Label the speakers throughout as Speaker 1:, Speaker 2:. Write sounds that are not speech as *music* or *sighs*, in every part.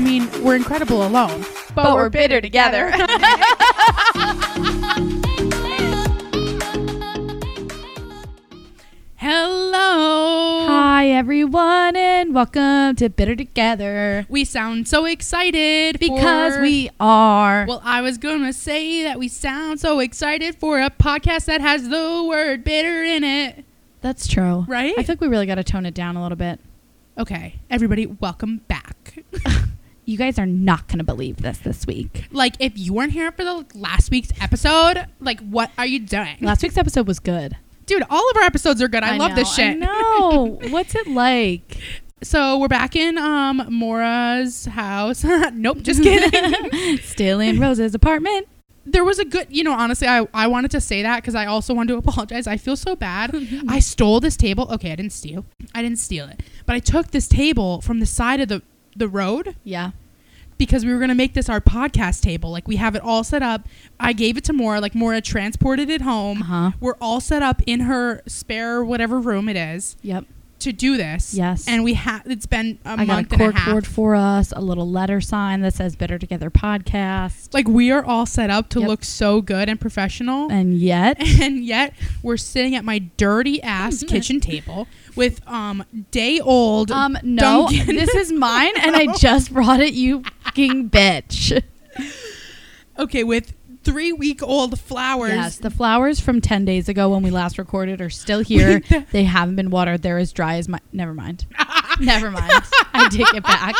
Speaker 1: mean, we're incredible alone, but,
Speaker 2: But we're bitter
Speaker 1: *laughs*
Speaker 2: together. *laughs*
Speaker 1: Hello.
Speaker 2: Hi, everyone, and welcome to Bitter Together
Speaker 1: We sound so excited
Speaker 2: because
Speaker 1: for-
Speaker 2: we are.
Speaker 1: Well, I was gonna say that we sound so excited for a podcast that has the word bitter in it.
Speaker 2: That's true.
Speaker 1: Right?
Speaker 2: I think we really got to tone it down a little bit.
Speaker 1: Okay, everybody, welcome back. *laughs*
Speaker 2: You guys are not going to believe this this week.
Speaker 1: like, if you weren't here for the last week's episode, like, what are you doing?
Speaker 2: Last week's episode was good.
Speaker 1: Dude, all of our episodes are good. I, love
Speaker 2: know,
Speaker 1: this shit.
Speaker 2: I *laughs*
Speaker 1: *laughs*
Speaker 2: know. What's it like?
Speaker 1: So we're back in um Mora's house. *laughs* nope,
Speaker 2: *laughs*
Speaker 1: just kidding.
Speaker 2: Still in Rose's apartment.
Speaker 1: there was a good, you know, honestly, I, I wanted to say that because I also wanted to *laughs* apologize. I feel so
Speaker 2: *laughs*
Speaker 1: bad. I stole this table. Okay, I didn't steal. I didn't steal it. But I took this table from the side of the the road
Speaker 2: Yeah.
Speaker 1: because we were going to make this our podcast table. Like we have it all set up. I gave it to Mora. Like Mora transported it home.
Speaker 2: Uh-huh.
Speaker 1: We're all set up in her spare whatever room it is
Speaker 2: Yep.
Speaker 1: to do this.
Speaker 2: Yes.
Speaker 1: And we have it's been a
Speaker 2: I got a
Speaker 1: month and a half.
Speaker 2: corkboard for us, a little letter sign that says Bitter Together Podcast.
Speaker 1: Like we are all set up to
Speaker 2: Yep.
Speaker 1: look so good and professional.
Speaker 2: And yet,
Speaker 1: *laughs* and yet we're sitting at my dirty
Speaker 2: *laughs*
Speaker 1: ass kitchen table with um day old
Speaker 2: Um, no,
Speaker 1: Dunkin'. *laughs*
Speaker 2: this is mine, and I just brought it, you fucking bitch.
Speaker 1: okay with three week old flowers
Speaker 2: Yes, the flowers from 10 days ago when we last recorded are still here. they haven't been watered. They're as dry as my.
Speaker 1: *laughs*
Speaker 2: Never mind. Never mind. I take it back.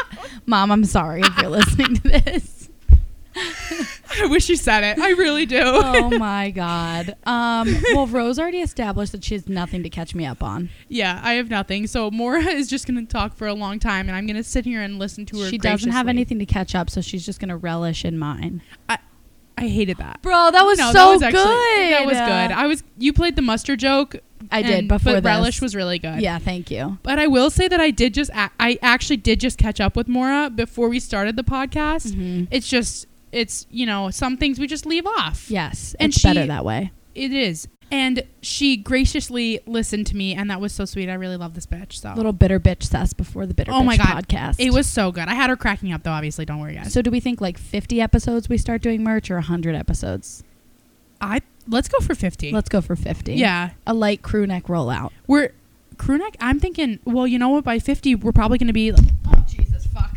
Speaker 2: Mom, I'm sorry if you're listening to
Speaker 1: *laughs*
Speaker 2: this.
Speaker 1: *laughs* I wish you said it I really do
Speaker 2: *laughs* Oh my God. Um, well, Rose already established that she has nothing to catch me up on.
Speaker 1: *laughs* yeah I have nothing so Mora *laughs* is just gonna talk for a long time and I'm gonna sit here and listen to her
Speaker 2: She doesn't have
Speaker 1: graciously.
Speaker 2: anything to catch up, so she's just going to relish in mine.
Speaker 1: I, I hated that
Speaker 2: Bro, that was
Speaker 1: No,
Speaker 2: so
Speaker 1: that was actually-
Speaker 2: good.
Speaker 1: that was good I was you played the mustard joke
Speaker 2: I did
Speaker 1: and-
Speaker 2: before
Speaker 1: but
Speaker 2: this.
Speaker 1: relish was really good
Speaker 2: yeah, thank you.
Speaker 1: But I will say that I did just, a- I actually did just catch up with Mora before we started the podcast.
Speaker 2: Mhm.
Speaker 1: It's just, it's, you know, some things we just leave off.
Speaker 2: Yes,
Speaker 1: And
Speaker 2: it's better
Speaker 1: she-
Speaker 2: that way.
Speaker 1: It is. And she graciously listened to me, and that was so sweet. I really love this bitch. So,
Speaker 2: Little bitter bitch sass before the bitter
Speaker 1: Oh
Speaker 2: bitch
Speaker 1: my God.
Speaker 2: podcast.
Speaker 1: it was so good. I had her cracking up, though, obviously. Don't worry, guys.
Speaker 2: So do we think like 50 episodes we start doing merch or 100 episodes?
Speaker 1: I, let's go for 50.
Speaker 2: Let's go for 50.
Speaker 1: yeah.
Speaker 2: A light crew neck rollout.
Speaker 1: *laughs* We're, crew neck, I'm thinking, well, you know what? By 50, we're probably going to be, like, *laughs*
Speaker 2: Oh Jesus fuck.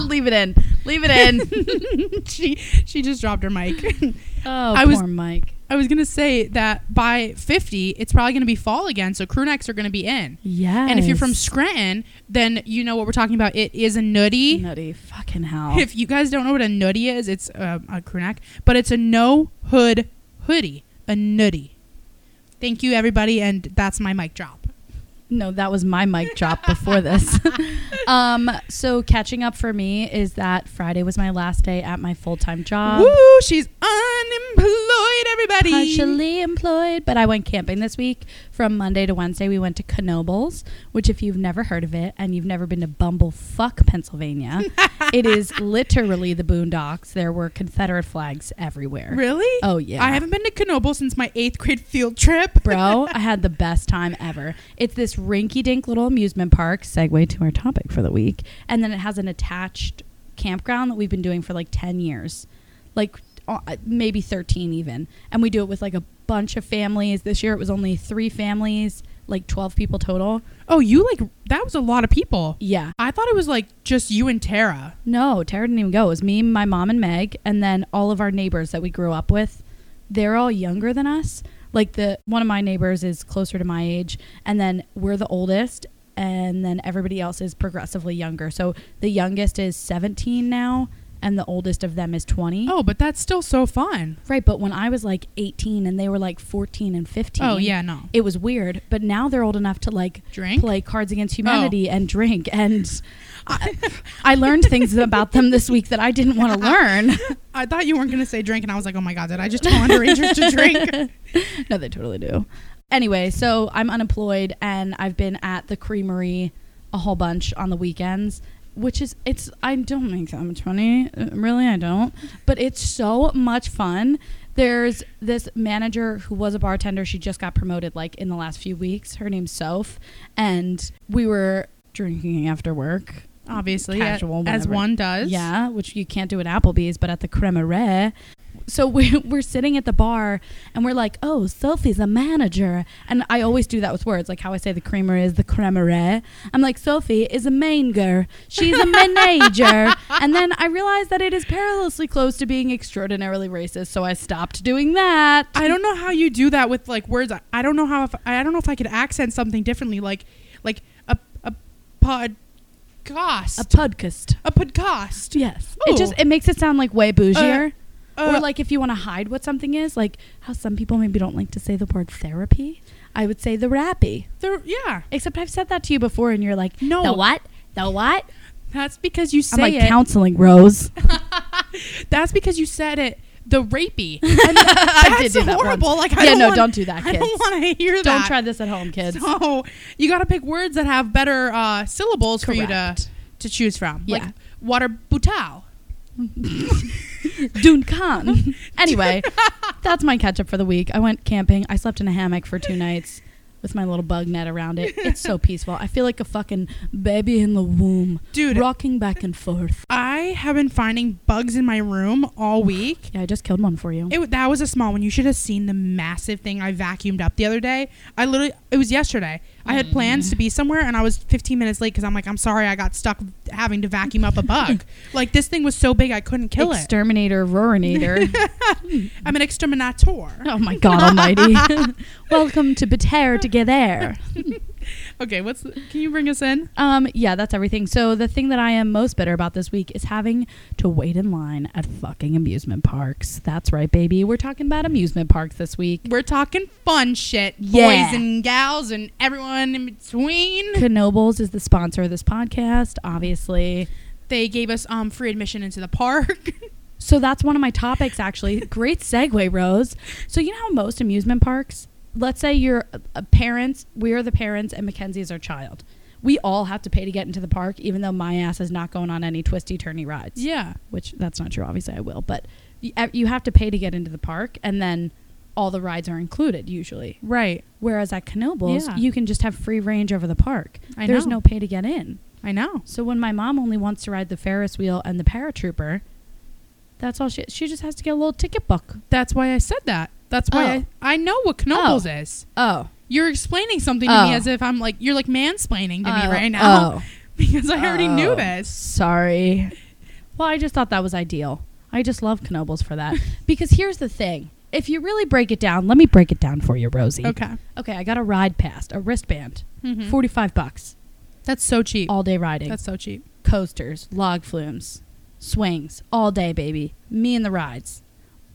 Speaker 2: Leave it in. Leave it in.
Speaker 1: she, she just dropped her mic.
Speaker 2: *laughs*
Speaker 1: *laughs*
Speaker 2: oh,
Speaker 1: I
Speaker 2: I
Speaker 1: was-
Speaker 2: poor Mike.
Speaker 1: I was gonna say that by fifty, it's probably gonna be fall again, so crew necks are gonna be in.
Speaker 2: Yeah.
Speaker 1: And if you're from Scranton, then you know what we're talking about. It is a nutty.
Speaker 2: nutty fucking hell.
Speaker 1: If you guys don't know what a nutty is, it's uh, a crew neck, but it's a no hood hoodie, a nutty. Thank you, everybody, and that's my mic drop.
Speaker 2: *laughs* No, that was my mic drop
Speaker 1: *laughs*
Speaker 2: before this. *laughs* um, so catching up for me is that Friday was my last day at my full-time job.
Speaker 1: Woo! She's unemployed, everybody.
Speaker 2: partially employed, but I went camping this week from Monday to Wednesday. We went to Knobles, which if you've never heard of it and you've never been to Bumblefuck, Pennsylvania,
Speaker 1: *laughs*
Speaker 2: it is literally the boondocks. There were Confederate flags everywhere.
Speaker 1: Really?
Speaker 2: Oh yeah.
Speaker 1: I haven't been to Knoble since my eighth grade field trip.
Speaker 2: Bro, I had the best time ever. It's this rinky dink little amusement park, segue to our topic for the week. And then it has an attached campground that we've been doing for like 10 years, like uh, maybe 13 even. And we do it with like a bunch of families. This year it was only three families, like 12 people total.
Speaker 1: Oh, you like that was a lot of people.
Speaker 2: Yeah.
Speaker 1: I thought it was like just you and Tara.
Speaker 2: No, Tara didn't even go. It was me, my mom, and Meg, and then all of our neighbors that we grew up with. They're all younger than us. Like the one of my neighbors is closer to my age, and then we're the oldest, and then everybody else is progressively younger. So the youngest is 17 now, and the oldest of them is 20.
Speaker 1: Oh, but that's still so fun.
Speaker 2: Right, but when I was like 18 and they were like 14 and 15.
Speaker 1: Oh yeah, no.
Speaker 2: It was weird, but now they're old enough to like
Speaker 1: Drink? Oh.
Speaker 2: play Cards Against Humanity, and drink. And I, *laughs* I learned things about them this week that I didn't want to learn.
Speaker 1: *laughs*
Speaker 2: *laughs*
Speaker 1: I thought you weren't gonna say drink, and I was like, oh my god, did I just tell underagers to drink?
Speaker 2: no, they totally do. Anyway, so I'm unemployed and I've been at the creamery a whole bunch on the weekends, which is it's I don't make that much money. Uh, Really, I don't. But it's so much fun. There's this manager who was a bartender. She just got promoted like in the last few weeks. Her name's Soph, and we were drinking after work
Speaker 1: obviously, a-
Speaker 2: Casual,
Speaker 1: as
Speaker 2: whatever.
Speaker 1: one does.
Speaker 2: Yeah, which you can't do at Applebee's, but at the Cremere. So we're, *laughs* we're sitting at the bar and we're like, oh, Sophie's a manager. And I always do that with words, like how I say the creamer is the cremere. I'm like, Sophie is a manger.
Speaker 1: *laughs*
Speaker 2: She's a manager. And then I realized that it is perilously close to being extraordinarily racist. So I stopped doing that.
Speaker 1: I don't know how you do that with like words. I, I don't know how if I don't know if I could accent something differently. Like like a a podcast.
Speaker 2: A podcast.
Speaker 1: a podcast.
Speaker 2: Yes.
Speaker 1: Oh.
Speaker 2: It just it makes it sound like way bougier.
Speaker 1: Uh,
Speaker 2: or like if you want to hide what something is, like how some people maybe don't like to say the word therapy. I would say the rappy.
Speaker 1: there- yeah.
Speaker 2: Except I've said that to you before, and you're like,
Speaker 1: No.
Speaker 2: the what? The what?
Speaker 1: That's because you say
Speaker 2: I'm like
Speaker 1: it. *laughs*
Speaker 2: counseling, Rose.
Speaker 1: That's because you said it. The
Speaker 2: *laughs*
Speaker 1: rapey. And that's
Speaker 2: did do that
Speaker 1: horrible. Like I
Speaker 2: Yeah,
Speaker 1: don't
Speaker 2: no,
Speaker 1: want-
Speaker 2: don't do that,
Speaker 1: I don't
Speaker 2: kids.
Speaker 1: want to hear that.
Speaker 2: Don't try this at home, kids. *laughs*
Speaker 1: So you got to pick words that have better uh, syllables for you to
Speaker 2: Correct.
Speaker 1: to choose from.
Speaker 2: Yeah.
Speaker 1: Like water butal. *laughs*
Speaker 2: Duncan. *laughs* Anyway, that's my catch up for the week. I went camping. I slept in a hammock for two nights with my little bug net around it.
Speaker 1: *laughs*
Speaker 2: It's so peaceful. I feel like a fucking baby in the womb,
Speaker 1: Dude,
Speaker 2: rocking back and forth.
Speaker 1: I have been finding bugs in my room all week.
Speaker 2: Yeah, I just killed one for you.
Speaker 1: It, that was a small one. You should have seen the massive thing I vacuumed up the other day. I literally, it was yesterday. I had plans to be somewhere and I was 15 minutes late because I'm like, I'm sorry, I got stuck having to vacuum up a bug. *laughs* like, this thing was so big, I couldn't kill it.
Speaker 2: Exterminator, roarinator.
Speaker 1: I'm an exterminator.
Speaker 2: Oh my God Almighty! Welcome to Beter Together.
Speaker 1: Okay, what's, the, can you bring us in?
Speaker 2: Um, yeah, that's everything. So the thing that I am most bitter about this week is having to wait in line at fucking amusement parks. That's right, baby. We're talking about amusement parks
Speaker 1: *laughs*
Speaker 2: this week.
Speaker 1: We're talking fun shit,
Speaker 2: Yeah.
Speaker 1: boys and gals and everyone in between.
Speaker 2: Knobles is the sponsor of this podcast, obviously.
Speaker 1: They gave us um, free admission into the *laughs* park.
Speaker 2: So that's one of my
Speaker 1: *laughs*
Speaker 2: topics, actually. Great segue, Rose. So you know how most amusement parks, let's say you're uh, a- a parents, we're the parents, and Mackenzie's our child. We all have to pay to get into the park, even though my ass is not going on any twisty turny rides.
Speaker 1: yeah.
Speaker 2: Which that's not true. Obviously, I will, but you, you have to pay to get into the park, and then all the rides are included usually.
Speaker 1: Right.
Speaker 2: Whereas at Knobles,
Speaker 1: Yeah.
Speaker 2: you can just have free range over the park.
Speaker 1: I
Speaker 2: There's
Speaker 1: know.
Speaker 2: no pay to get in.
Speaker 1: I know.
Speaker 2: So when my mom only wants to ride the Ferris wheel and the paratrooper, that's all she she just has to get a little ticket book.
Speaker 1: That's why I said that. That's why
Speaker 2: Oh.
Speaker 1: I, I know what Knobles is.
Speaker 2: Oh,
Speaker 1: You're explaining something to
Speaker 2: Oh.
Speaker 1: me as if I'm like you're like mansplaining to me right now *laughs* because
Speaker 2: *laughs*
Speaker 1: I already
Speaker 2: Oh.
Speaker 1: knew this.
Speaker 2: Sorry. Well, I just thought that was ideal. I just love Knobles for that. *laughs* because here's the thing. If you really break it down, let me break it down for you, Rosie.
Speaker 1: Okay,
Speaker 2: Okay, I got a ride past, a wristband.
Speaker 1: Mhm.
Speaker 2: 45 bucks.
Speaker 1: that's so cheap.
Speaker 2: All day riding.
Speaker 1: That's so cheap.
Speaker 2: coasters, log flumes, swings, all day, baby. Me and the rides.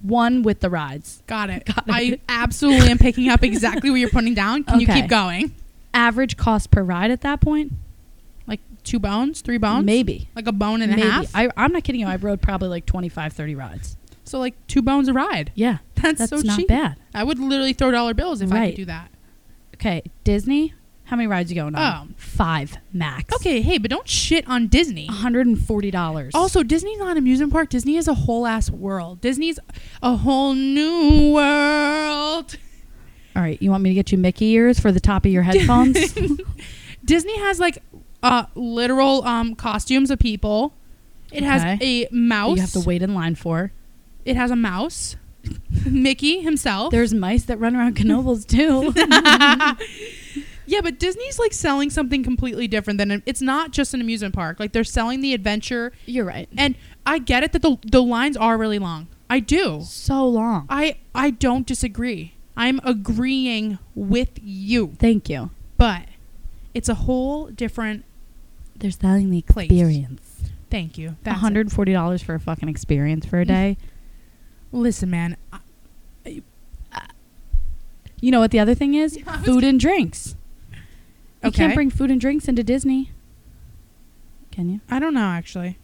Speaker 2: One with the rides.
Speaker 1: Got it.
Speaker 2: Got
Speaker 1: I
Speaker 2: it. *laughs*
Speaker 1: absolutely am picking up exactly what you're putting down. Can you
Speaker 2: Okay.
Speaker 1: keep going?
Speaker 2: Average cost per ride at that point?
Speaker 1: Like two bones, three bones,
Speaker 2: Maybe.
Speaker 1: like a bone and
Speaker 2: Maybe.
Speaker 1: a half.
Speaker 2: I, I'm not kidding you. I rode probably like 25, 30 rides.
Speaker 1: so like two bones a ride. *laughs*
Speaker 2: Yeah.
Speaker 1: That's,
Speaker 2: That's
Speaker 1: so
Speaker 2: not
Speaker 1: cheap.
Speaker 2: bad.
Speaker 1: I would literally throw dollar bills if I
Speaker 2: Right.
Speaker 1: could do that.
Speaker 2: Okay. Disney, how many rides you going on?
Speaker 1: Oh.
Speaker 2: Five max.
Speaker 1: Okay, hey, but don't shit on Disney.
Speaker 2: Oh. $140.
Speaker 1: Also, Disney's not an amusement park. Disney is a whole ass world. Disney's a whole new world.
Speaker 2: all right. You want me to get you Mickey ears for the
Speaker 1: *laughs*
Speaker 2: top of your headphones?
Speaker 1: Disney has like uh, literal um, costumes of people. It has
Speaker 2: Okay.
Speaker 1: a mouse.
Speaker 2: you have to wait in line for.
Speaker 1: It has a mouse. *laughs* Mickey himself.
Speaker 2: There's *laughs* mice that run around Knobles too.
Speaker 1: *laughs* yeah, but Disney's like selling something completely different than an, it's not just an amusement park. Like they're selling the adventure,
Speaker 2: You're right.
Speaker 1: and I get it that the the lines are really long. I do.
Speaker 2: So long.
Speaker 1: I I don't disagree. I'm agreeing with you.
Speaker 2: Thank you.
Speaker 1: but it's a whole different
Speaker 2: They're selling the
Speaker 1: Place.
Speaker 2: experience.
Speaker 1: thank you
Speaker 2: One
Speaker 1: that's Mm.
Speaker 2: hundred forty dollars for a fucking experience for a day.
Speaker 1: it. listen man
Speaker 2: *laughs*
Speaker 1: I-
Speaker 2: You know what the other thing is?
Speaker 1: Yeah, I was
Speaker 2: food and drinks. You
Speaker 1: Okay.
Speaker 2: can't bring food and drinks into Disney. Can you?
Speaker 1: i don't know actually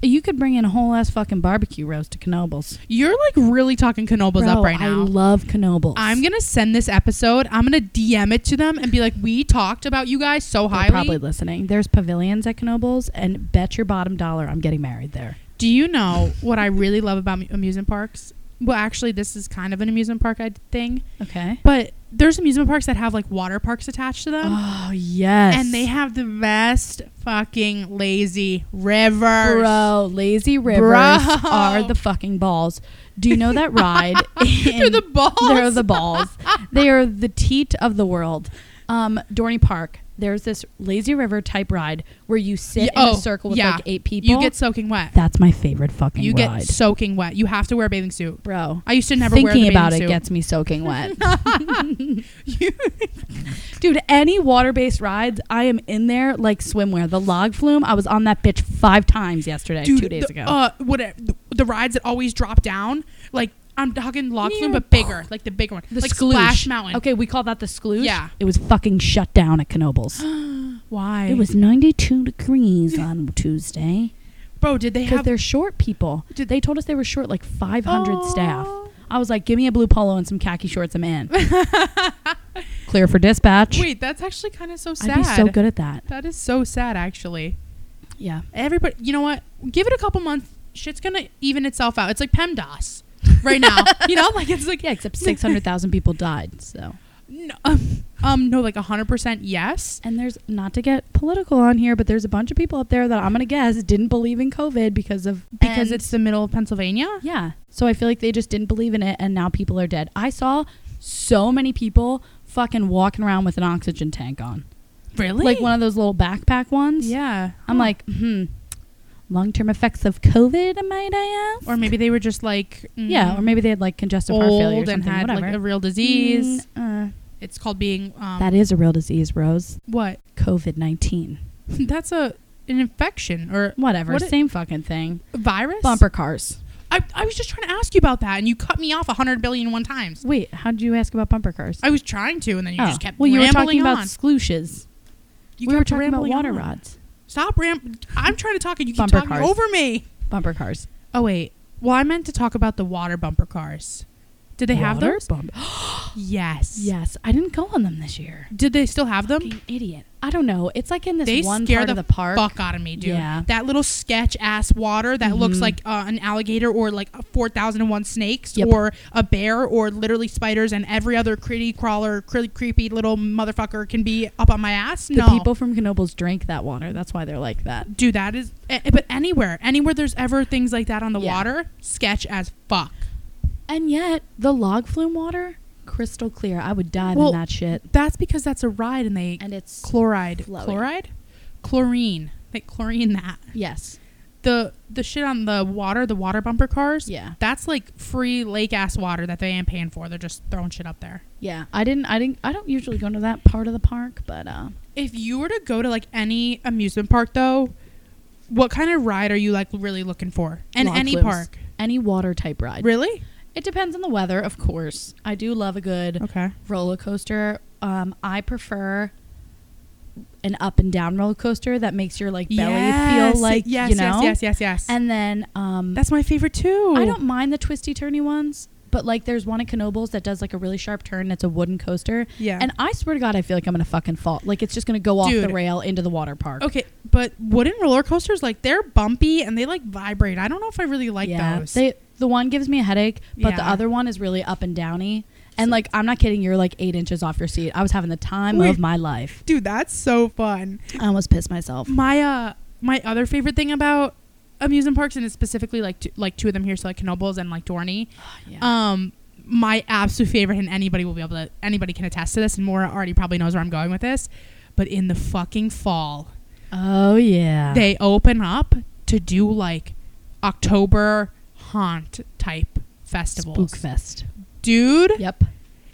Speaker 2: You could bring in a whole ass fucking barbecue roast to Knobles.
Speaker 1: you're like really talking canobas up right
Speaker 2: I
Speaker 1: now
Speaker 2: love Knobles.
Speaker 1: i'm gonna send this episode i'm gonna dm it to them and be like we talked about you guys so
Speaker 2: They're
Speaker 1: highly
Speaker 2: probably listening. There's pavilions at Knobles, and bet your bottom dollar I'm getting married there.
Speaker 1: do you know what i really love about mu- amusement parks well, actually, this is kind of an amusement park I- thing,
Speaker 2: Okay.
Speaker 1: but there's amusement parks that have like water parks attached to them.
Speaker 2: Oh yes.
Speaker 1: And they have the best fucking lazy rivers.
Speaker 2: Bro, lazy rivers are the fucking balls. Do you know
Speaker 1: *laughs*
Speaker 2: that ride?
Speaker 1: They're
Speaker 2: in-
Speaker 1: the balls.
Speaker 2: They're the balls. they are the teat of the world. Um, Dorney Park. There's this lazy river type ride where you sit
Speaker 1: Yeah,
Speaker 2: in
Speaker 1: oh,
Speaker 2: a circle with
Speaker 1: yeah.
Speaker 2: like eight people.
Speaker 1: You get soaking wet.
Speaker 2: That's my favorite fucking
Speaker 1: You
Speaker 2: ride.
Speaker 1: get soaking wet. You have to wear a bathing suit.
Speaker 2: Bro,
Speaker 1: I used to never wear the
Speaker 2: thinking
Speaker 1: bathing
Speaker 2: about it
Speaker 1: suit.
Speaker 2: gets me soaking
Speaker 1: *laughs*
Speaker 2: wet. Dude, any water-based rides, I am in there like swimwear. The log flume, I was on that bitch five times yesterday,
Speaker 1: Dude,
Speaker 2: two days
Speaker 1: the,
Speaker 2: ago.
Speaker 1: Uh, what the rides that always drop down, like I'm talking log flume,
Speaker 2: Yeah.
Speaker 1: but bigger, like the bigger one,
Speaker 2: the
Speaker 1: like
Speaker 2: sploosh.
Speaker 1: Splash Mountain.
Speaker 2: Okay, we call that the skloosh.
Speaker 1: Yeah.
Speaker 2: It was fucking shut down at Knobles.
Speaker 1: why?
Speaker 2: it was 92 degrees on Tuesday.
Speaker 1: bro. Did they
Speaker 2: Because
Speaker 1: have
Speaker 2: they're short people.
Speaker 1: Did-
Speaker 2: they told us they were short like 500 staff.
Speaker 1: Oh.
Speaker 2: I was like, give me a blue polo and some khaki shorts. I'm in. Clear for
Speaker 1: *laughs*
Speaker 2: dispatch.
Speaker 1: Wait, that's actually kind of so sad.
Speaker 2: I'd be so good at that.
Speaker 1: That is so sad, actually.
Speaker 2: Yeah.
Speaker 1: Everybody, you know what? Give it a couple months. Shit's gonna even itself out. It's like PEMDAS *laughs* right
Speaker 2: *laughs*
Speaker 1: now. you know, like it's like
Speaker 2: Yeah,
Speaker 1: *laughs*
Speaker 2: except 600,000 people died. So.
Speaker 1: no, um, um, no, like hundred percent yes.
Speaker 2: And there's not to get political on here, but there's a bunch of people up there that I'm gonna guess didn't believe in COVID because of
Speaker 1: Because
Speaker 2: and-
Speaker 1: it's the middle of Pennsylvania.
Speaker 2: yeah. So I feel like they just didn't believe in it, and now people are dead. I saw so many people fucking walking around with an oxygen tank on,
Speaker 1: Really?
Speaker 2: like one of those little backpack ones.
Speaker 1: Yeah.
Speaker 2: I'm
Speaker 1: Huh.
Speaker 2: like, hmm, long term effects of COVID, might I ask?
Speaker 1: or maybe they were just like mm,
Speaker 2: yeah, or maybe they had like congestive heart
Speaker 1: old
Speaker 2: failure or
Speaker 1: and
Speaker 2: something.
Speaker 1: had
Speaker 2: whatever.
Speaker 1: like a real disease.
Speaker 2: Mm, uh,
Speaker 1: It's called being um,
Speaker 2: that is a real disease, Rose.
Speaker 1: what? *laughs*
Speaker 2: COVID nineteen.
Speaker 1: That's a an infection or
Speaker 2: Whatever,
Speaker 1: What it-
Speaker 2: same fucking thing.
Speaker 1: virus.
Speaker 2: Bumper cars.
Speaker 1: I, I was just trying to ask you about that, and you cut me off a hundred billion one times.
Speaker 2: Wait, how did you ask about bumper cars?
Speaker 1: I was trying to, and then you just kept
Speaker 2: Oh. well, you were
Speaker 1: rambling
Speaker 2: talking
Speaker 1: on.
Speaker 2: about sklooshes.
Speaker 1: you
Speaker 2: we were
Speaker 1: kept
Speaker 2: talking about
Speaker 1: rambling
Speaker 2: water
Speaker 1: on.
Speaker 2: rods,
Speaker 1: Stop ram. I'm trying to talk, and you keep
Speaker 2: Bumper
Speaker 1: talking
Speaker 2: cars.
Speaker 1: over me.
Speaker 2: bumper cars.
Speaker 1: Oh wait. Well, I meant to talk about the water bumper cars. Did they have
Speaker 2: Water
Speaker 1: those?
Speaker 2: bump- *gasps*
Speaker 1: Yes.
Speaker 2: yes, I didn't go on them this year.
Speaker 1: Did they still have them?
Speaker 2: Fucking idiot. I don't know. It's like in this
Speaker 1: They
Speaker 2: one
Speaker 1: scare
Speaker 2: part of
Speaker 1: the
Speaker 2: the park.
Speaker 1: Fuck out of me, dude.
Speaker 2: Yeah.
Speaker 1: That little sketch ass water that looks
Speaker 2: Mhm.
Speaker 1: like uh, an alligator or like a 4001 snakes
Speaker 2: Yep.
Speaker 1: or a bear or literally spiders and every other critty crawler, cr- creepy little motherfucker can be up on my ass.
Speaker 2: The
Speaker 1: no.
Speaker 2: people from Knobles drink that water. That's why they're like that.
Speaker 1: Dude, that is. eh, eh, But anywhere, anywhere there's ever things like that on the
Speaker 2: Yeah.
Speaker 1: water, sketch as fuck.
Speaker 2: And yet, the log flume water, crystal clear. I would dive
Speaker 1: Well-
Speaker 2: in that shit.
Speaker 1: That's because that's a ride and they.
Speaker 2: And it's
Speaker 1: chloride.
Speaker 2: flowy.
Speaker 1: Chloride? Chlorine. They chlorine that.
Speaker 2: yes,
Speaker 1: The, the shit on the water, the water bumper cars.
Speaker 2: yeah,
Speaker 1: That's like free lake ass water that they ain't paying for. They're just throwing shit up there.
Speaker 2: yeah. I didn't. I didn't. I don't usually go into that part of the park, but uh,
Speaker 1: If you were to go to like any amusement park though, what kind of ride are you like really looking for? In
Speaker 2: Log
Speaker 1: any
Speaker 2: flumes.
Speaker 1: park.
Speaker 2: any water type ride.
Speaker 1: Really?
Speaker 2: It depends on the weather, of course. I do love a good
Speaker 1: Okay.
Speaker 2: roller coaster. Um, I prefer an up and down roller coaster that makes your like belly feel like
Speaker 1: yes,
Speaker 2: you know.
Speaker 1: yes, yes, yes, yes.
Speaker 2: And then um,
Speaker 1: that's my favorite too.
Speaker 2: I don't mind the twisty turny ones, but like there's one at Knobles that does like a really sharp turn. It's a wooden coaster,
Speaker 1: Yeah.
Speaker 2: and I swear to God, I feel like I'm gonna fucking fall. Like it's just gonna go off the
Speaker 1: Dude.
Speaker 2: rail into the water park.
Speaker 1: okay, but wooden roller coasters like they're bumpy and they like vibrate. I don't know if I really like
Speaker 2: yeah,
Speaker 1: those.
Speaker 2: they the one gives me a headache, but the
Speaker 1: Yeah.
Speaker 2: other one is really up and downy. And like I'm not kidding, you're like eight inches off your seat. I was having the time
Speaker 1: Wait.
Speaker 2: of my life.
Speaker 1: Dude, that's so fun.
Speaker 2: I almost pissed myself.
Speaker 1: my uh my other favorite thing about amusement parks and it's specifically like two, like two of them here so like Knobles and like Dorney
Speaker 2: *sighs* Yeah.
Speaker 1: um my absolute favorite and anybody will be able to anybody can attest to this and Maura already probably knows where I'm going with this but in the fucking fall
Speaker 2: oh yeah.
Speaker 1: they open up to do like October haunt type festivals
Speaker 2: Spookfest.
Speaker 1: dude
Speaker 2: Yep.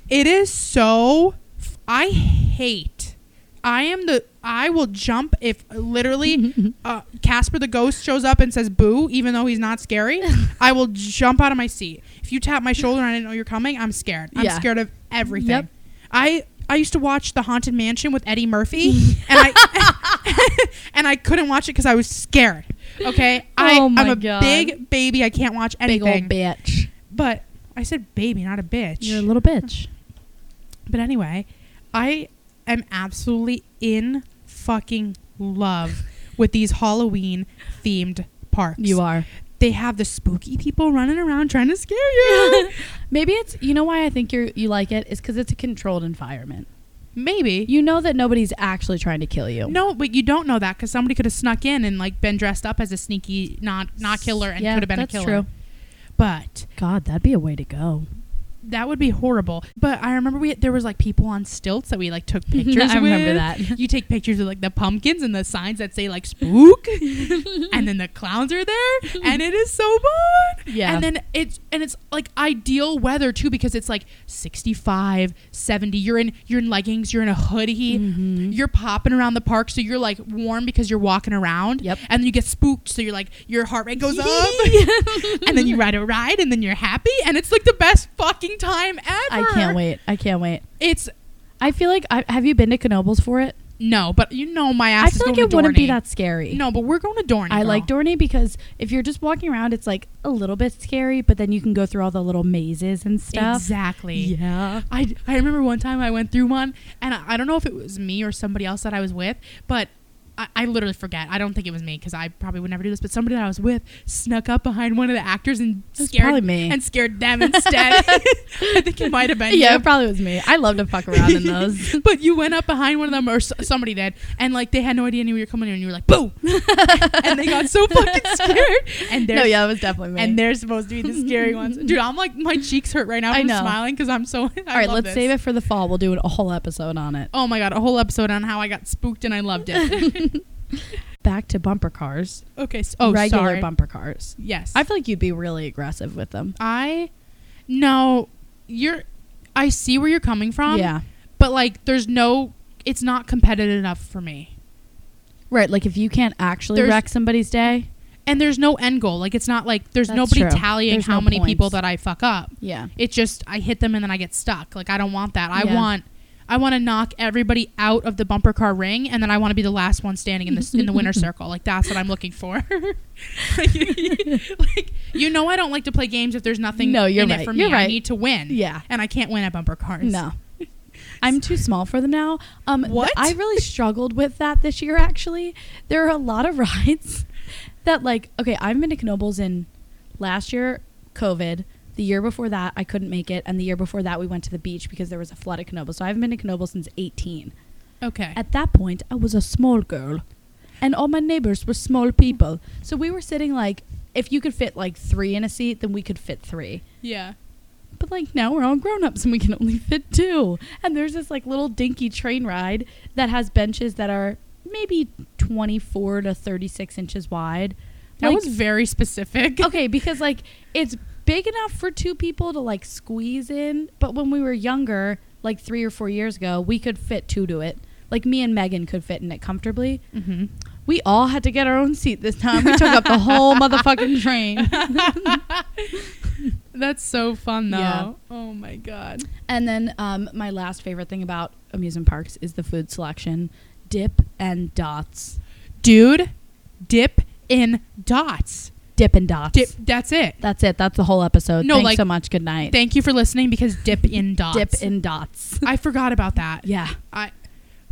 Speaker 1: it is so. f- I hate. I am the. I will jump if
Speaker 2: *laughs*
Speaker 1: literally uh, Casper the ghost shows up and says boo, even though he's not
Speaker 2: *laughs*
Speaker 1: scary. I will jump out of my seat. If you tap my shoulder and I didn't know you're coming, I'm scared. I'm
Speaker 2: Yeah.
Speaker 1: scared of everything.
Speaker 2: Yep.
Speaker 1: I I used to watch The Haunted Mansion with Eddie
Speaker 2: *laughs*
Speaker 1: Murphy, and I *laughs* and I couldn't watch it because I was scared. Okay, I
Speaker 2: *laughs* Oh my
Speaker 1: I'm a
Speaker 2: God.
Speaker 1: big baby. I can't watch
Speaker 2: Big
Speaker 1: *laughs* anything.
Speaker 2: old bitch.
Speaker 1: but I said baby, not a bitch.
Speaker 2: You're a little bitch.
Speaker 1: But anyway, I am absolutely in fucking love with these Halloween themed parks.
Speaker 2: You are.
Speaker 1: they have the spooky people running around trying to scare
Speaker 2: *laughs*
Speaker 1: you.
Speaker 2: Maybe it's you know why I think you you like it is because it's a controlled environment.
Speaker 1: Maybe.
Speaker 2: You know that nobody's actually trying to kill you.
Speaker 1: No, but you don't know that because somebody could have snuck in and like been dressed up as a sneaky not not killer and
Speaker 2: Yeah,
Speaker 1: could have been
Speaker 2: that's
Speaker 1: a killer.
Speaker 2: true.
Speaker 1: But
Speaker 2: God, that'd be a way to go.
Speaker 1: that would be horrible. But I remember we there was like people on stilts that we like took pictures.
Speaker 2: *laughs* *laughs* I remember
Speaker 1: with.
Speaker 2: that.
Speaker 1: You take pictures of like the pumpkins and the signs that say like
Speaker 2: *laughs*
Speaker 1: spook, and then the clowns are there, and it is so fun.
Speaker 2: Yeah.
Speaker 1: And then it's and it's like ideal weather too because it's like 65, 70. You're in you're in leggings, you're in a hoodie,
Speaker 2: Mm-hmm.
Speaker 1: you're popping around the park, so you're like warm because you're walking around.
Speaker 2: Yep.
Speaker 1: And then you get spooked, so you're like your heart rate goes
Speaker 2: *laughs*
Speaker 1: up, and then you ride a ride, and then you're happy, and it's like the best fucking time ever.
Speaker 2: *laughs* I can't wait. I can't wait.
Speaker 1: It's
Speaker 2: I feel like I, have you been to Knobles for it?
Speaker 1: no, but you know my ass.
Speaker 2: I
Speaker 1: is
Speaker 2: feel like
Speaker 1: going
Speaker 2: it
Speaker 1: to
Speaker 2: wouldn't be
Speaker 1: Dorney.
Speaker 2: that scary.
Speaker 1: No, but we're going to Dorney.
Speaker 2: I like
Speaker 1: girl.
Speaker 2: Dorney because if you're just walking around, it's like a little bit scary, but then you can go through all the little mazes and stuff.
Speaker 1: Exactly.
Speaker 2: Yeah.
Speaker 1: I, I remember one time I went through one, and I, I don't know if it was me or somebody else that I was with, but I, I literally forget. I don't think it was me because I probably would never do this. But somebody that I was with snuck up behind one of the actors and
Speaker 2: was
Speaker 1: scared
Speaker 2: probably me.
Speaker 1: and scared them
Speaker 2: *laughs*
Speaker 1: instead. *laughs* I think it might have been
Speaker 2: Yeah,
Speaker 1: you.
Speaker 2: it probably was me. I love to fuck around
Speaker 1: *laughs*
Speaker 2: in those.
Speaker 1: but you went up behind one of them or s- somebody did, and like they had no idea you were coming in, and you were like,
Speaker 2: *laughs*
Speaker 1: "Boo!" and they got so fucking scared. And
Speaker 2: no,
Speaker 1: there's
Speaker 2: yeah, it was definitely me.
Speaker 1: and they're supposed to be the scary
Speaker 2: *laughs*
Speaker 1: ones. Dude, I'm like my cheeks hurt right now.
Speaker 2: I
Speaker 1: from
Speaker 2: know.
Speaker 1: smiling because I'm so. *laughs*
Speaker 2: all right, let's save it for the fall. We'll do a whole episode on it.
Speaker 1: Oh my god, a whole episode on how I got spooked and I loved it.
Speaker 2: *laughs*
Speaker 1: *laughs*
Speaker 2: Back to bumper cars.
Speaker 1: okay, so, oh
Speaker 2: regular
Speaker 1: sorry.
Speaker 2: bumper cars.
Speaker 1: Yes,
Speaker 2: I feel like you'd be really aggressive with them.
Speaker 1: I no, you're. I see where you're coming from.
Speaker 2: yeah.
Speaker 1: but like, there's no. It's not competitive enough for me,
Speaker 2: Right, like if you can't actually
Speaker 1: There's-
Speaker 2: wreck somebody's day.
Speaker 1: and there's no end goal. Like, it's not like there's
Speaker 2: That's
Speaker 1: nobody
Speaker 2: true.
Speaker 1: tallying
Speaker 2: There's
Speaker 1: how
Speaker 2: no
Speaker 1: many people
Speaker 2: points.
Speaker 1: that I fuck up.
Speaker 2: *laughs* Yeah.
Speaker 1: It's just I hit them and then I get stuck. Like I don't want that. I
Speaker 2: Yeah.
Speaker 1: want I want to knock everybody out of the bumper car ring and then I want to be the last one standing in this in the winner
Speaker 2: *laughs*
Speaker 1: circle. Like that's what I'm looking for. *laughs* *laughs* like, you know I don't like to play games if there's nothing
Speaker 2: No, you're
Speaker 1: in it
Speaker 2: right.
Speaker 1: for
Speaker 2: You're
Speaker 1: me. I
Speaker 2: right.
Speaker 1: need to win.
Speaker 2: Yeah.
Speaker 1: And I can't win at bumper cars.
Speaker 2: No. I'm too small for them now. Um, th-
Speaker 1: What?
Speaker 2: I really struggled with that this year, actually. There are a lot of *laughs* rides that, like, okay, I've been to Knobles in last year, COVID. The year before that, I couldn't make it. And the year before that, we went to the beach because there was a flood at Knobles. So I haven't been to Knobles since 18.
Speaker 1: Okay.
Speaker 2: At that point, I was a small girl, and all my neighbors were small people. So we were sitting like, if you could fit like three in a seat, then we could fit three.
Speaker 1: yeah.
Speaker 2: But like now we're all grown ups and we can only fit two. And there's this like little dinky train ride that has benches that are maybe 24 to 36 inches wide.
Speaker 1: That
Speaker 2: Like-
Speaker 1: was very specific. *laughs*
Speaker 2: okay because like it's big enough for two people to like squeeze in but when we were younger like three or four years ago we could fit two to it like me and megan could fit in it comfortably
Speaker 1: Mhm.
Speaker 2: we all had to get our own seat this time we took up
Speaker 1: *laughs*
Speaker 2: the whole motherfucking train
Speaker 1: That's so fun though.
Speaker 2: Yeah.
Speaker 1: Oh my god.
Speaker 2: and then um, my last favorite thing about amusement parks is the food selection dip and dots
Speaker 1: Dude, dip in dots.
Speaker 2: dip and dots
Speaker 1: Dip that's it.
Speaker 2: that's it that's the whole episode
Speaker 1: No,
Speaker 2: thanks
Speaker 1: like-
Speaker 2: so much good night
Speaker 1: Thank you for listening because dip in dots.
Speaker 2: dip and dots
Speaker 1: I forgot about that.
Speaker 2: yeah
Speaker 1: I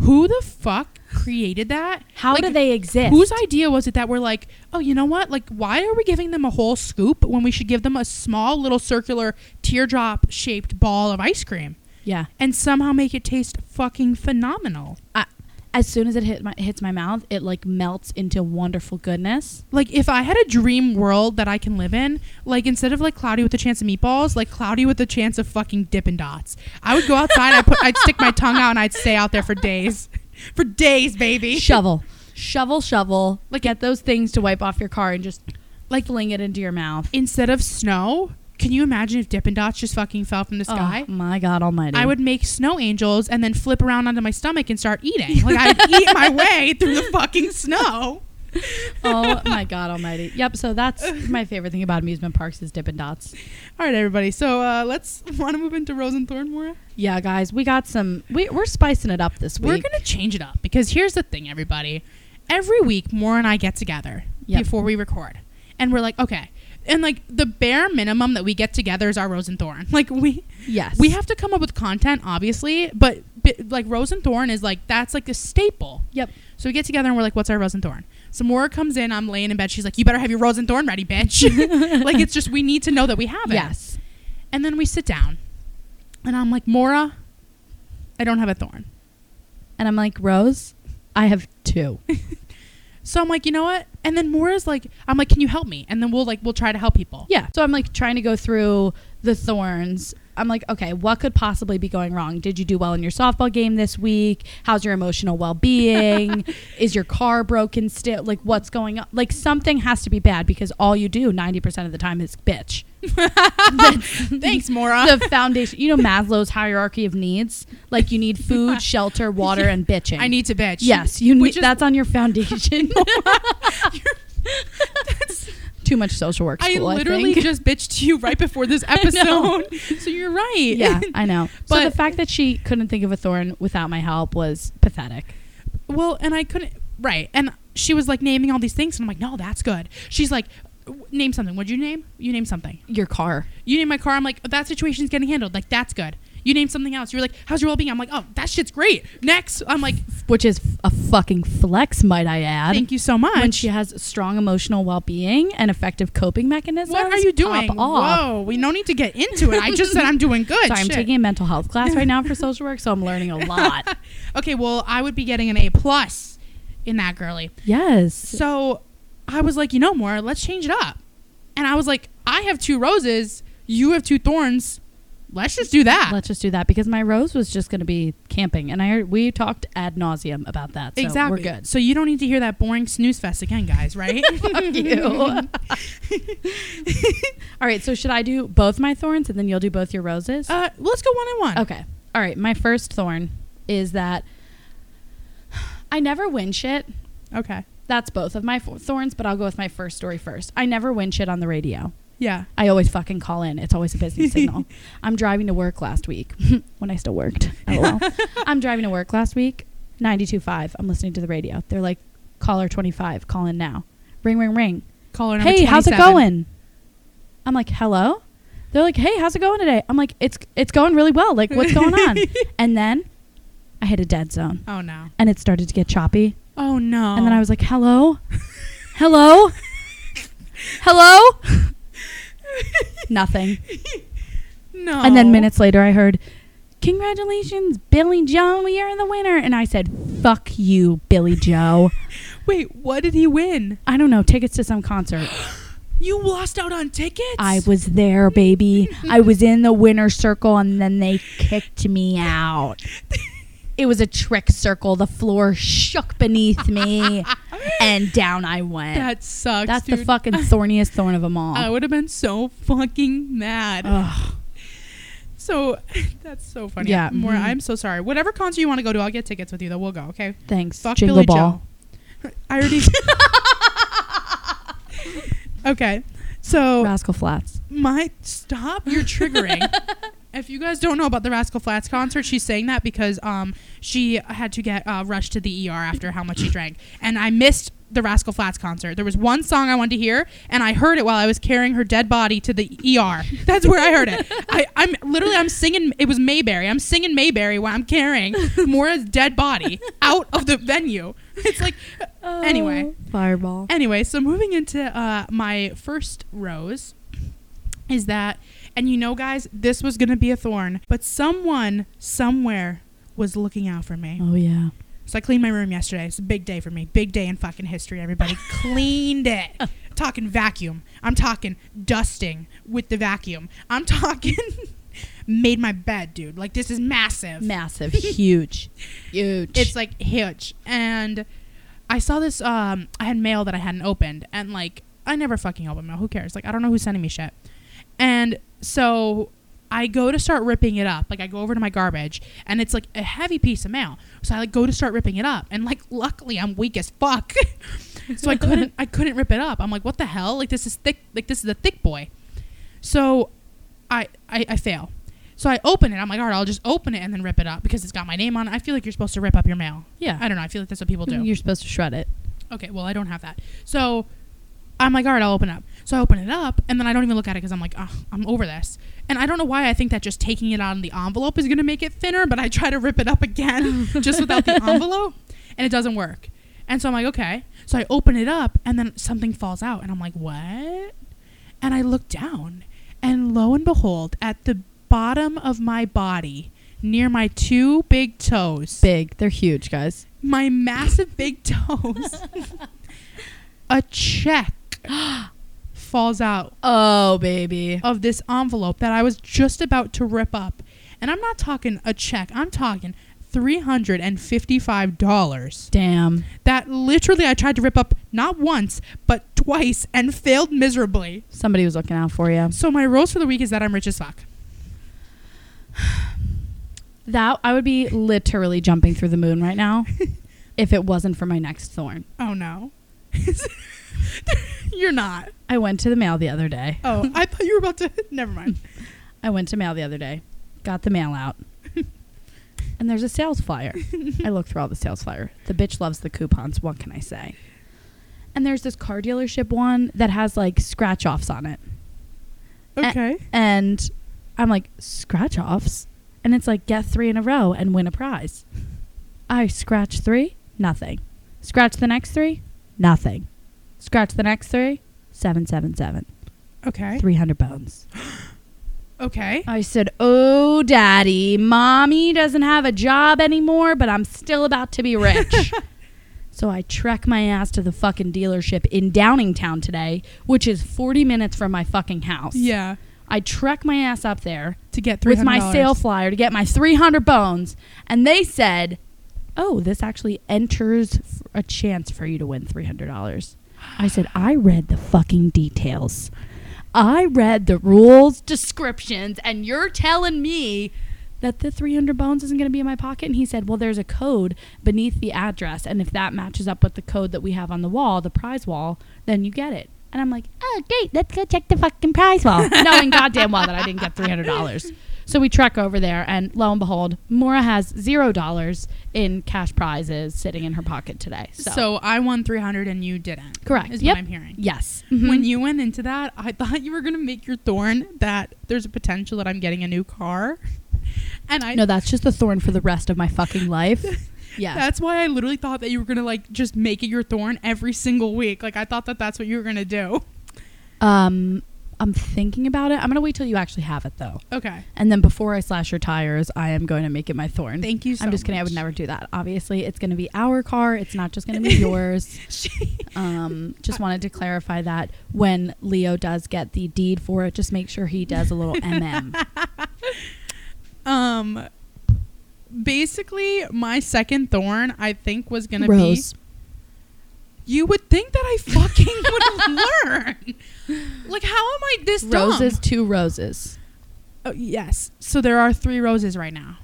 Speaker 1: who the fuck created that?
Speaker 2: how
Speaker 1: Like,
Speaker 2: do they exist
Speaker 1: Whose idea was it that we're like, oh, you know what? Like, why are we giving them a whole scoop when we should give them a small little circular teardrop shaped ball of ice cream
Speaker 2: yeah
Speaker 1: and somehow make it taste fucking phenomenal?
Speaker 2: I, as soon as it hit my, hits my mouth, it like melts into wonderful goodness.
Speaker 1: Like, if I had a dream world that I can live in, like, instead of like cloudy with a chance of meatballs, like cloudy with a chance of fucking dippin' dots, I would go outside, I put, I'd stick my tongue out, and I'd stay out there for days. *laughs* For days, baby.
Speaker 2: Shovel, shovel, shovel.
Speaker 1: Like-
Speaker 2: Like get those things to wipe off your car and just like fling it into your mouth.
Speaker 1: instead of snow, can you imagine if Dippin' Dots just fucking fell from the sky?
Speaker 2: Oh my God Almighty!
Speaker 1: I would make snow angels and then flip around onto my stomach and start *laughs* eating. Like I'd eat my way through the fucking snow.
Speaker 2: oh my God Almighty! Yep. So that's my favorite thing about amusement parks is Dippin' Dots.
Speaker 1: *laughs* All right, everybody. So uh, let's *laughs* want to move into Rose and Thorn, Maura.
Speaker 2: Yeah, guys, we got some. We, we're spicing it up this week.
Speaker 1: We're gonna change it up because here's the thing, everybody. Every week, Maura and I get together
Speaker 2: Yep.
Speaker 1: before we record, and we're like, okay. And like the bare minimum that we get together is our Rose and Thorn. *laughs* Like we,
Speaker 2: yes,
Speaker 1: we have to come up with content, obviously, but bi- like Rose and Thorn is like that's like the staple.
Speaker 2: Yep.
Speaker 1: So we get together and we're like, what's our rose and thorn? So Maura comes in, I'm laying in bed. She's like, you better have your rose and thorn ready,
Speaker 2: *laughs*
Speaker 1: bitch. like, it's just, we need to know that we have it.
Speaker 2: Yes.
Speaker 1: And then we sit down. And I'm like, Maura, I don't have a thorn.
Speaker 2: And I'm like, Rose, I have
Speaker 1: *laughs*
Speaker 2: two.
Speaker 1: So I'm like, you know what? And then Maura's like, I'm like, can you help me? And then we'll like, we'll try to help people.
Speaker 2: yeah. So I'm like trying to go through the thorns. I'm like, okay, what could possibly be going wrong? Did you do well in your softball game this week? How's your emotional well
Speaker 1: *laughs*
Speaker 2: being? Is your car broken still? Like, what's going on? Like, something has to be bad because all you do 90% of the time is bitch.
Speaker 1: *laughs* Thanks, Maura.
Speaker 2: the foundation, you know, Maslow's hierarchy of needs. Like, you need
Speaker 1: *laughs*
Speaker 2: food, shelter, water, and bitching.
Speaker 1: I need to bitch.
Speaker 2: Yes, you
Speaker 1: Which
Speaker 2: need.
Speaker 1: is-
Speaker 2: that's on your foundation.
Speaker 1: *laughs*
Speaker 2: Too much social work
Speaker 1: I
Speaker 2: school. I,
Speaker 1: literally
Speaker 2: think.
Speaker 1: just bitched you right before this episode. *laughs* so you're right.
Speaker 2: *laughs* yeah,
Speaker 1: *laughs*
Speaker 2: I know. so the
Speaker 1: But-
Speaker 2: fact that she couldn't think of a thorn without my help was pathetic.
Speaker 1: well, and I couldn't. Right. And she was like naming all these things. And I'm like, no, that's good. She's like, w- name something. What'd you name? You name something.
Speaker 2: Your car.
Speaker 1: You name my car. I'm like, oh, that situation's getting handled. Like, that's good. You name something else. You're like, how's your well being? I'm like, oh, that shit's great. Next. I'm like,
Speaker 2: Which is a fucking flex, might I add.
Speaker 1: thank you so much.
Speaker 2: When she has strong emotional well being and effective coping mechanisms.
Speaker 1: what are you doing?
Speaker 2: Pop off.
Speaker 1: Whoa, we no need to get into it. I just said I'm
Speaker 2: *laughs*
Speaker 1: doing good.
Speaker 2: Sorry, I'm
Speaker 1: Shit.
Speaker 2: taking a mental health class
Speaker 1: *laughs*
Speaker 2: right now for social work, so I'm learning a lot.
Speaker 1: Okay, well, I would be getting an A plus in that girly.
Speaker 2: yes.
Speaker 1: So I was like, you know, more, let's change it up. And I was like, I have two roses, you have two thorns. Let's just do that.
Speaker 2: Let's just do that because my rose was just going to be camping, and I we talked ad nauseum about that. So
Speaker 1: exactly.
Speaker 2: we're good.
Speaker 1: So you don't need to hear that boring snooze fest again, guys.
Speaker 2: *laughs*
Speaker 1: Right? *laughs*
Speaker 2: Fuck you. All right. So should I do both my thorns, and then you'll do both your roses?
Speaker 1: uh, let's go one on one.
Speaker 2: okay. All right. My first thorn is that I never win shit.
Speaker 1: Okay.
Speaker 2: That's both of my fo- thorns, but I'll go with my first story first. I never win shit on the radio.
Speaker 1: Yeah.
Speaker 2: I always fucking call in. It's always a busy signal. I'm driving to work last week *laughs* when I still worked. LOL. I'm driving to work last week, 92.5. I'm listening to the radio. They're like, caller 25, call in now. Ring, ring, ring.
Speaker 1: *laughs* Caller number.
Speaker 2: Hey, how's it
Speaker 1: 27.
Speaker 2: going? I'm like, hello? They're like, hey, how's it going today? I'm like, it's it's going really well. Like, what's going
Speaker 1: *laughs*
Speaker 2: on? and then I hit a dead zone
Speaker 1: Oh no.
Speaker 2: and it started to get choppy.
Speaker 1: Oh no.
Speaker 2: And then
Speaker 1: *laughs*
Speaker 2: I was like, hello? hello? hello?
Speaker 1: *laughs*
Speaker 2: Nothing.
Speaker 1: no.
Speaker 2: And then minutes later, I heard, Congratulations, Billy Joe, you're the winner. And I said, Fuck you, Billy Joe.
Speaker 1: Wait, what did he win?
Speaker 2: I don't know, tickets to some concert.
Speaker 1: You lost out on tickets.
Speaker 2: I was there, baby. I was in the winner circle, and then they kicked me out. It was a trick circle. The floor shook
Speaker 1: *laughs*
Speaker 2: beneath me, and down I went.
Speaker 1: That sucks.
Speaker 2: That's the
Speaker 1: dude. *laughs*
Speaker 2: fucking thorniest thorn of them all.
Speaker 1: I would have been so fucking mad.
Speaker 2: Ugh.
Speaker 1: So *laughs* that's so funny.
Speaker 2: Yeah.
Speaker 1: More,
Speaker 2: Mhm.
Speaker 1: I'm so sorry. Whatever concert you want to go to, I'll get tickets with you. Though we'll go. Okay.
Speaker 2: Thanks,
Speaker 1: Fuck
Speaker 2: Jingle
Speaker 1: Billy
Speaker 2: Ball.
Speaker 1: Joe. *laughs* I already.
Speaker 2: *laughs*
Speaker 1: okay. So
Speaker 2: Rascal Flats.
Speaker 1: my stop. You're triggering. if you guys don't know about the Rascal Flats concert, she's saying that because um she had to get uh, rushed to the ER after how much she drank, and I missed the Rascal Flats concert. There was one song I wanted to hear, and I heard it while I was carrying her dead body to the ER. That's where I heard it. I, I'm literally I'm singing. It was Mayberry. I'm singing Mayberry while I'm carrying Mora's dead body out of the venue. It's like
Speaker 2: Oh.
Speaker 1: anyway.
Speaker 2: Fireball.
Speaker 1: Anyway, so moving into uh, my first rose is that, and you know, guys, this was going to be a thorn, but someone somewhere was looking out for me.
Speaker 2: Oh yeah.
Speaker 1: So I cleaned my room yesterday. It's a big day for me. Big day in fucking history, everybody. Cleaned it. talking vacuum. I'm talking dusting with the vacuum. I'm talking *laughs* made my bed, dude. Like, this is massive.
Speaker 2: Massive, huge, *laughs* huge.
Speaker 1: It's like huge. And I saw this. Um, I had mail that I hadn't opened, and like I never fucking open mail. Who cares? Like I don't know who's sending me shit. And so I go to start ripping it up. Like I go over to my garbage, and it's like a heavy piece of mail. So I like go to start ripping it up, and like luckily I'm weak as fuck, *laughs* so I couldn't. I couldn't rip it up. I'm like, what the hell? Like this is thick. Like this is a thick boy. So I, I I fail. So I open it. I'm like, all right, I'll just open it and then rip it up because it's got my name on it. I feel like you're supposed to rip up your mail.
Speaker 2: yeah.
Speaker 1: I don't know. I feel like that's what people do.
Speaker 2: You're supposed to shred it.
Speaker 1: Okay, well, I don't have that. So I'm like, all right, I'll open it up. So I open it up, and then I don't even look at it because I'm like, oh, I'm over this. And I don't know why I think that just taking it out of the envelope *laughs* is going to make it thinner, but I try to rip it up again just without the envelope, and it doesn't work. And so I'm like, okay. So I open it up and then something falls out and I'm like, what? And I look down and lo and behold, at the bottom of my body, near my two big toes,
Speaker 2: Big. They're huge, guys.
Speaker 1: my massive big *laughs* toes, a check falls out
Speaker 2: Oh, baby.
Speaker 1: of this envelope that I was just about to rip up. And I'm not talking a check, I'm talking $355
Speaker 2: Damn.
Speaker 1: that literally I tried to rip up not once, but twice and failed miserably.
Speaker 2: Somebody was looking out for you.
Speaker 1: So my rules for the week is that I'm rich as fuck.
Speaker 2: That I would be literally jumping through the moon right *laughs* now if it wasn't for my next thorn.
Speaker 1: Oh no. *laughs* You're not.
Speaker 2: I went to the mail the other day.
Speaker 1: Oh, *laughs* I thought you were about to. Never mind.
Speaker 2: I went to mail the other day, got the mail *laughs* out, and there's a sales flyer. I looked through all the sales flyer. The bitch loves the coupons. What can I say? And there's this car dealership one that has like scratch offs on it.
Speaker 1: Okay.
Speaker 2: And I'm like, scratch offs? And it's like, get three in a row and win a prize. I scratch three, nothing. Scratch the next three, nothing. Scratch the next three, 777,
Speaker 1: Okay.
Speaker 2: 300 bones.
Speaker 1: Okay.
Speaker 2: I said, Oh, daddy, mommy doesn't have a job anymore, but I'm still about to be rich. so I trek my ass to the fucking dealership in Downingtown today, which is 40 minutes from my fucking house.
Speaker 1: Yeah.
Speaker 2: I trek my ass up there
Speaker 1: To get three
Speaker 2: with my sale flyer to get my 300 bones. And they said, Oh, this actually enters f- a chance for you to win $300. I said, I read the fucking details. I read the rules, descriptions, and you're telling me that the 300 bones isn't going to be in my pocket? And he said, Well, there's a code beneath the address. And if that matches up with the code that we have on the wall, the prize wall, then you get it. And I'm like, Oh, great. Let's go check the fucking
Speaker 1: *laughs*
Speaker 2: prize wall. Knowing goddamn well that I didn't get $300. So we trek over there, and lo and behold, Mora has $0 in cash prizes sitting in her pocket today. So,
Speaker 1: So. I won 300 and you didn't.
Speaker 2: Correct.
Speaker 1: Is
Speaker 2: Yep.
Speaker 1: what I'm hearing.
Speaker 2: yes. Mm-hmm.
Speaker 1: When you went into that, I thought you were going to make your thorn that there's a potential that I'm getting a new car. And I
Speaker 2: No, that's just the thorn for the rest of my
Speaker 1: *laughs*
Speaker 2: fucking life. Yeah.
Speaker 1: That's why I literally thought that you were gonna like just make it your thorn every single week. Like I thought that that's what you were gonna do. *laughs*
Speaker 2: Um, I'm thinking about it. I'm gonna wait till you actually have it though,
Speaker 1: Okay.
Speaker 2: and then before I slash your tires, I am going to make it my thorn.
Speaker 1: Thank you. so
Speaker 2: I'm just kidding. I would
Speaker 1: much.
Speaker 2: never do that. Obviously, it's gonna be our car. It's not just gonna be yours.
Speaker 1: *laughs* She-
Speaker 2: Um, just wanted to clarify that when Leo does get the deed for it, just make sure he does
Speaker 1: *laughs*
Speaker 2: a little mm.
Speaker 1: um. Basically, my second thorn, I think, was gonna
Speaker 2: Rose,
Speaker 1: be. You would think that I
Speaker 2: *laughs*
Speaker 1: fucking would learn. Like, how am I this dumb?
Speaker 2: roses, two roses.
Speaker 1: Oh, yes. So there are three roses right now.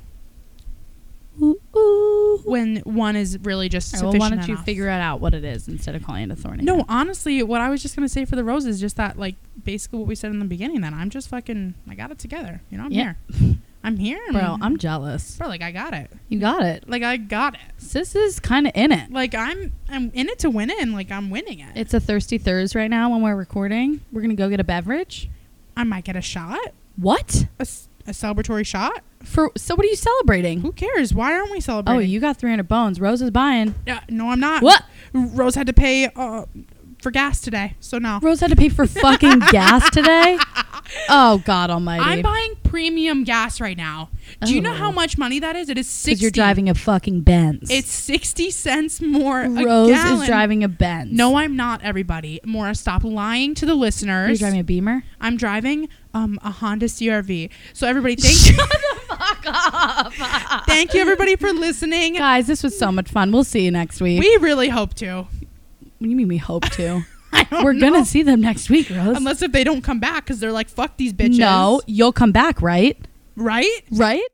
Speaker 2: Ooh, ooh.
Speaker 1: When one is really just
Speaker 2: All right,
Speaker 1: sufficient.
Speaker 2: well, why don't you
Speaker 1: enough.
Speaker 2: figure it out what it is instead of calling it a thorn?
Speaker 1: No,
Speaker 2: again?
Speaker 1: honestly, what I was just gonna say for the rose is just that, like, basically what we said in the beginning. Then I'm just fucking, I got it together. You know, I'm
Speaker 2: Yeah.
Speaker 1: here. I'm here, and-
Speaker 2: bro, I'm jealous.
Speaker 1: bro. Like I got it.
Speaker 2: You got it.
Speaker 1: Like I got it.
Speaker 2: Sis is kind of in it.
Speaker 1: Like I'm, I'm in it to win it, and like I'm winning it.
Speaker 2: It's a thirsty Thurs right now when we're recording. We're going to go get a beverage.
Speaker 1: I might get a shot,
Speaker 2: What?
Speaker 1: a, s- a celebratory shot.
Speaker 2: For so what are you celebrating?
Speaker 1: Who cares? Why aren't we
Speaker 2: Oh,
Speaker 1: celebrating?
Speaker 2: you got 300 bones. Rose
Speaker 1: *laughs*
Speaker 2: is buying.
Speaker 1: Uh, no, I'm not.
Speaker 2: What?
Speaker 1: Rose had to pay uh, for gas today, so no.
Speaker 2: Rose had to pay for fucking gas
Speaker 1: *laughs*
Speaker 2: today? Oh god almighty.
Speaker 1: I'm buying premium gas right now. Do you know
Speaker 2: Oh.
Speaker 1: how much money that is? It is
Speaker 2: cuz
Speaker 1: sixty.
Speaker 2: you're driving a fucking Benz.
Speaker 1: It's sixty cents more.
Speaker 2: Rose
Speaker 1: a gallon.
Speaker 2: is driving a Benz.
Speaker 1: No, I'm not. Everybody, Mora, stop lying to the
Speaker 2: Are you
Speaker 1: listeners.
Speaker 2: driving a Beamer?
Speaker 1: I'm driving um, a Honda CRV. So
Speaker 2: *laughs*
Speaker 1: everybody, thank you, *laughs* thank you everybody for listening.
Speaker 2: *laughs* Guys, this was so much fun. We'll see you next week.
Speaker 1: We really hope to. *laughs*
Speaker 2: you mean we hope to?
Speaker 1: I don't
Speaker 2: We're going
Speaker 1: know.
Speaker 2: to see them next week, Rose.
Speaker 1: unless if they don't come back because they're like, fuck these bitches.
Speaker 2: No, you'll come back, right?
Speaker 1: right?
Speaker 2: Right?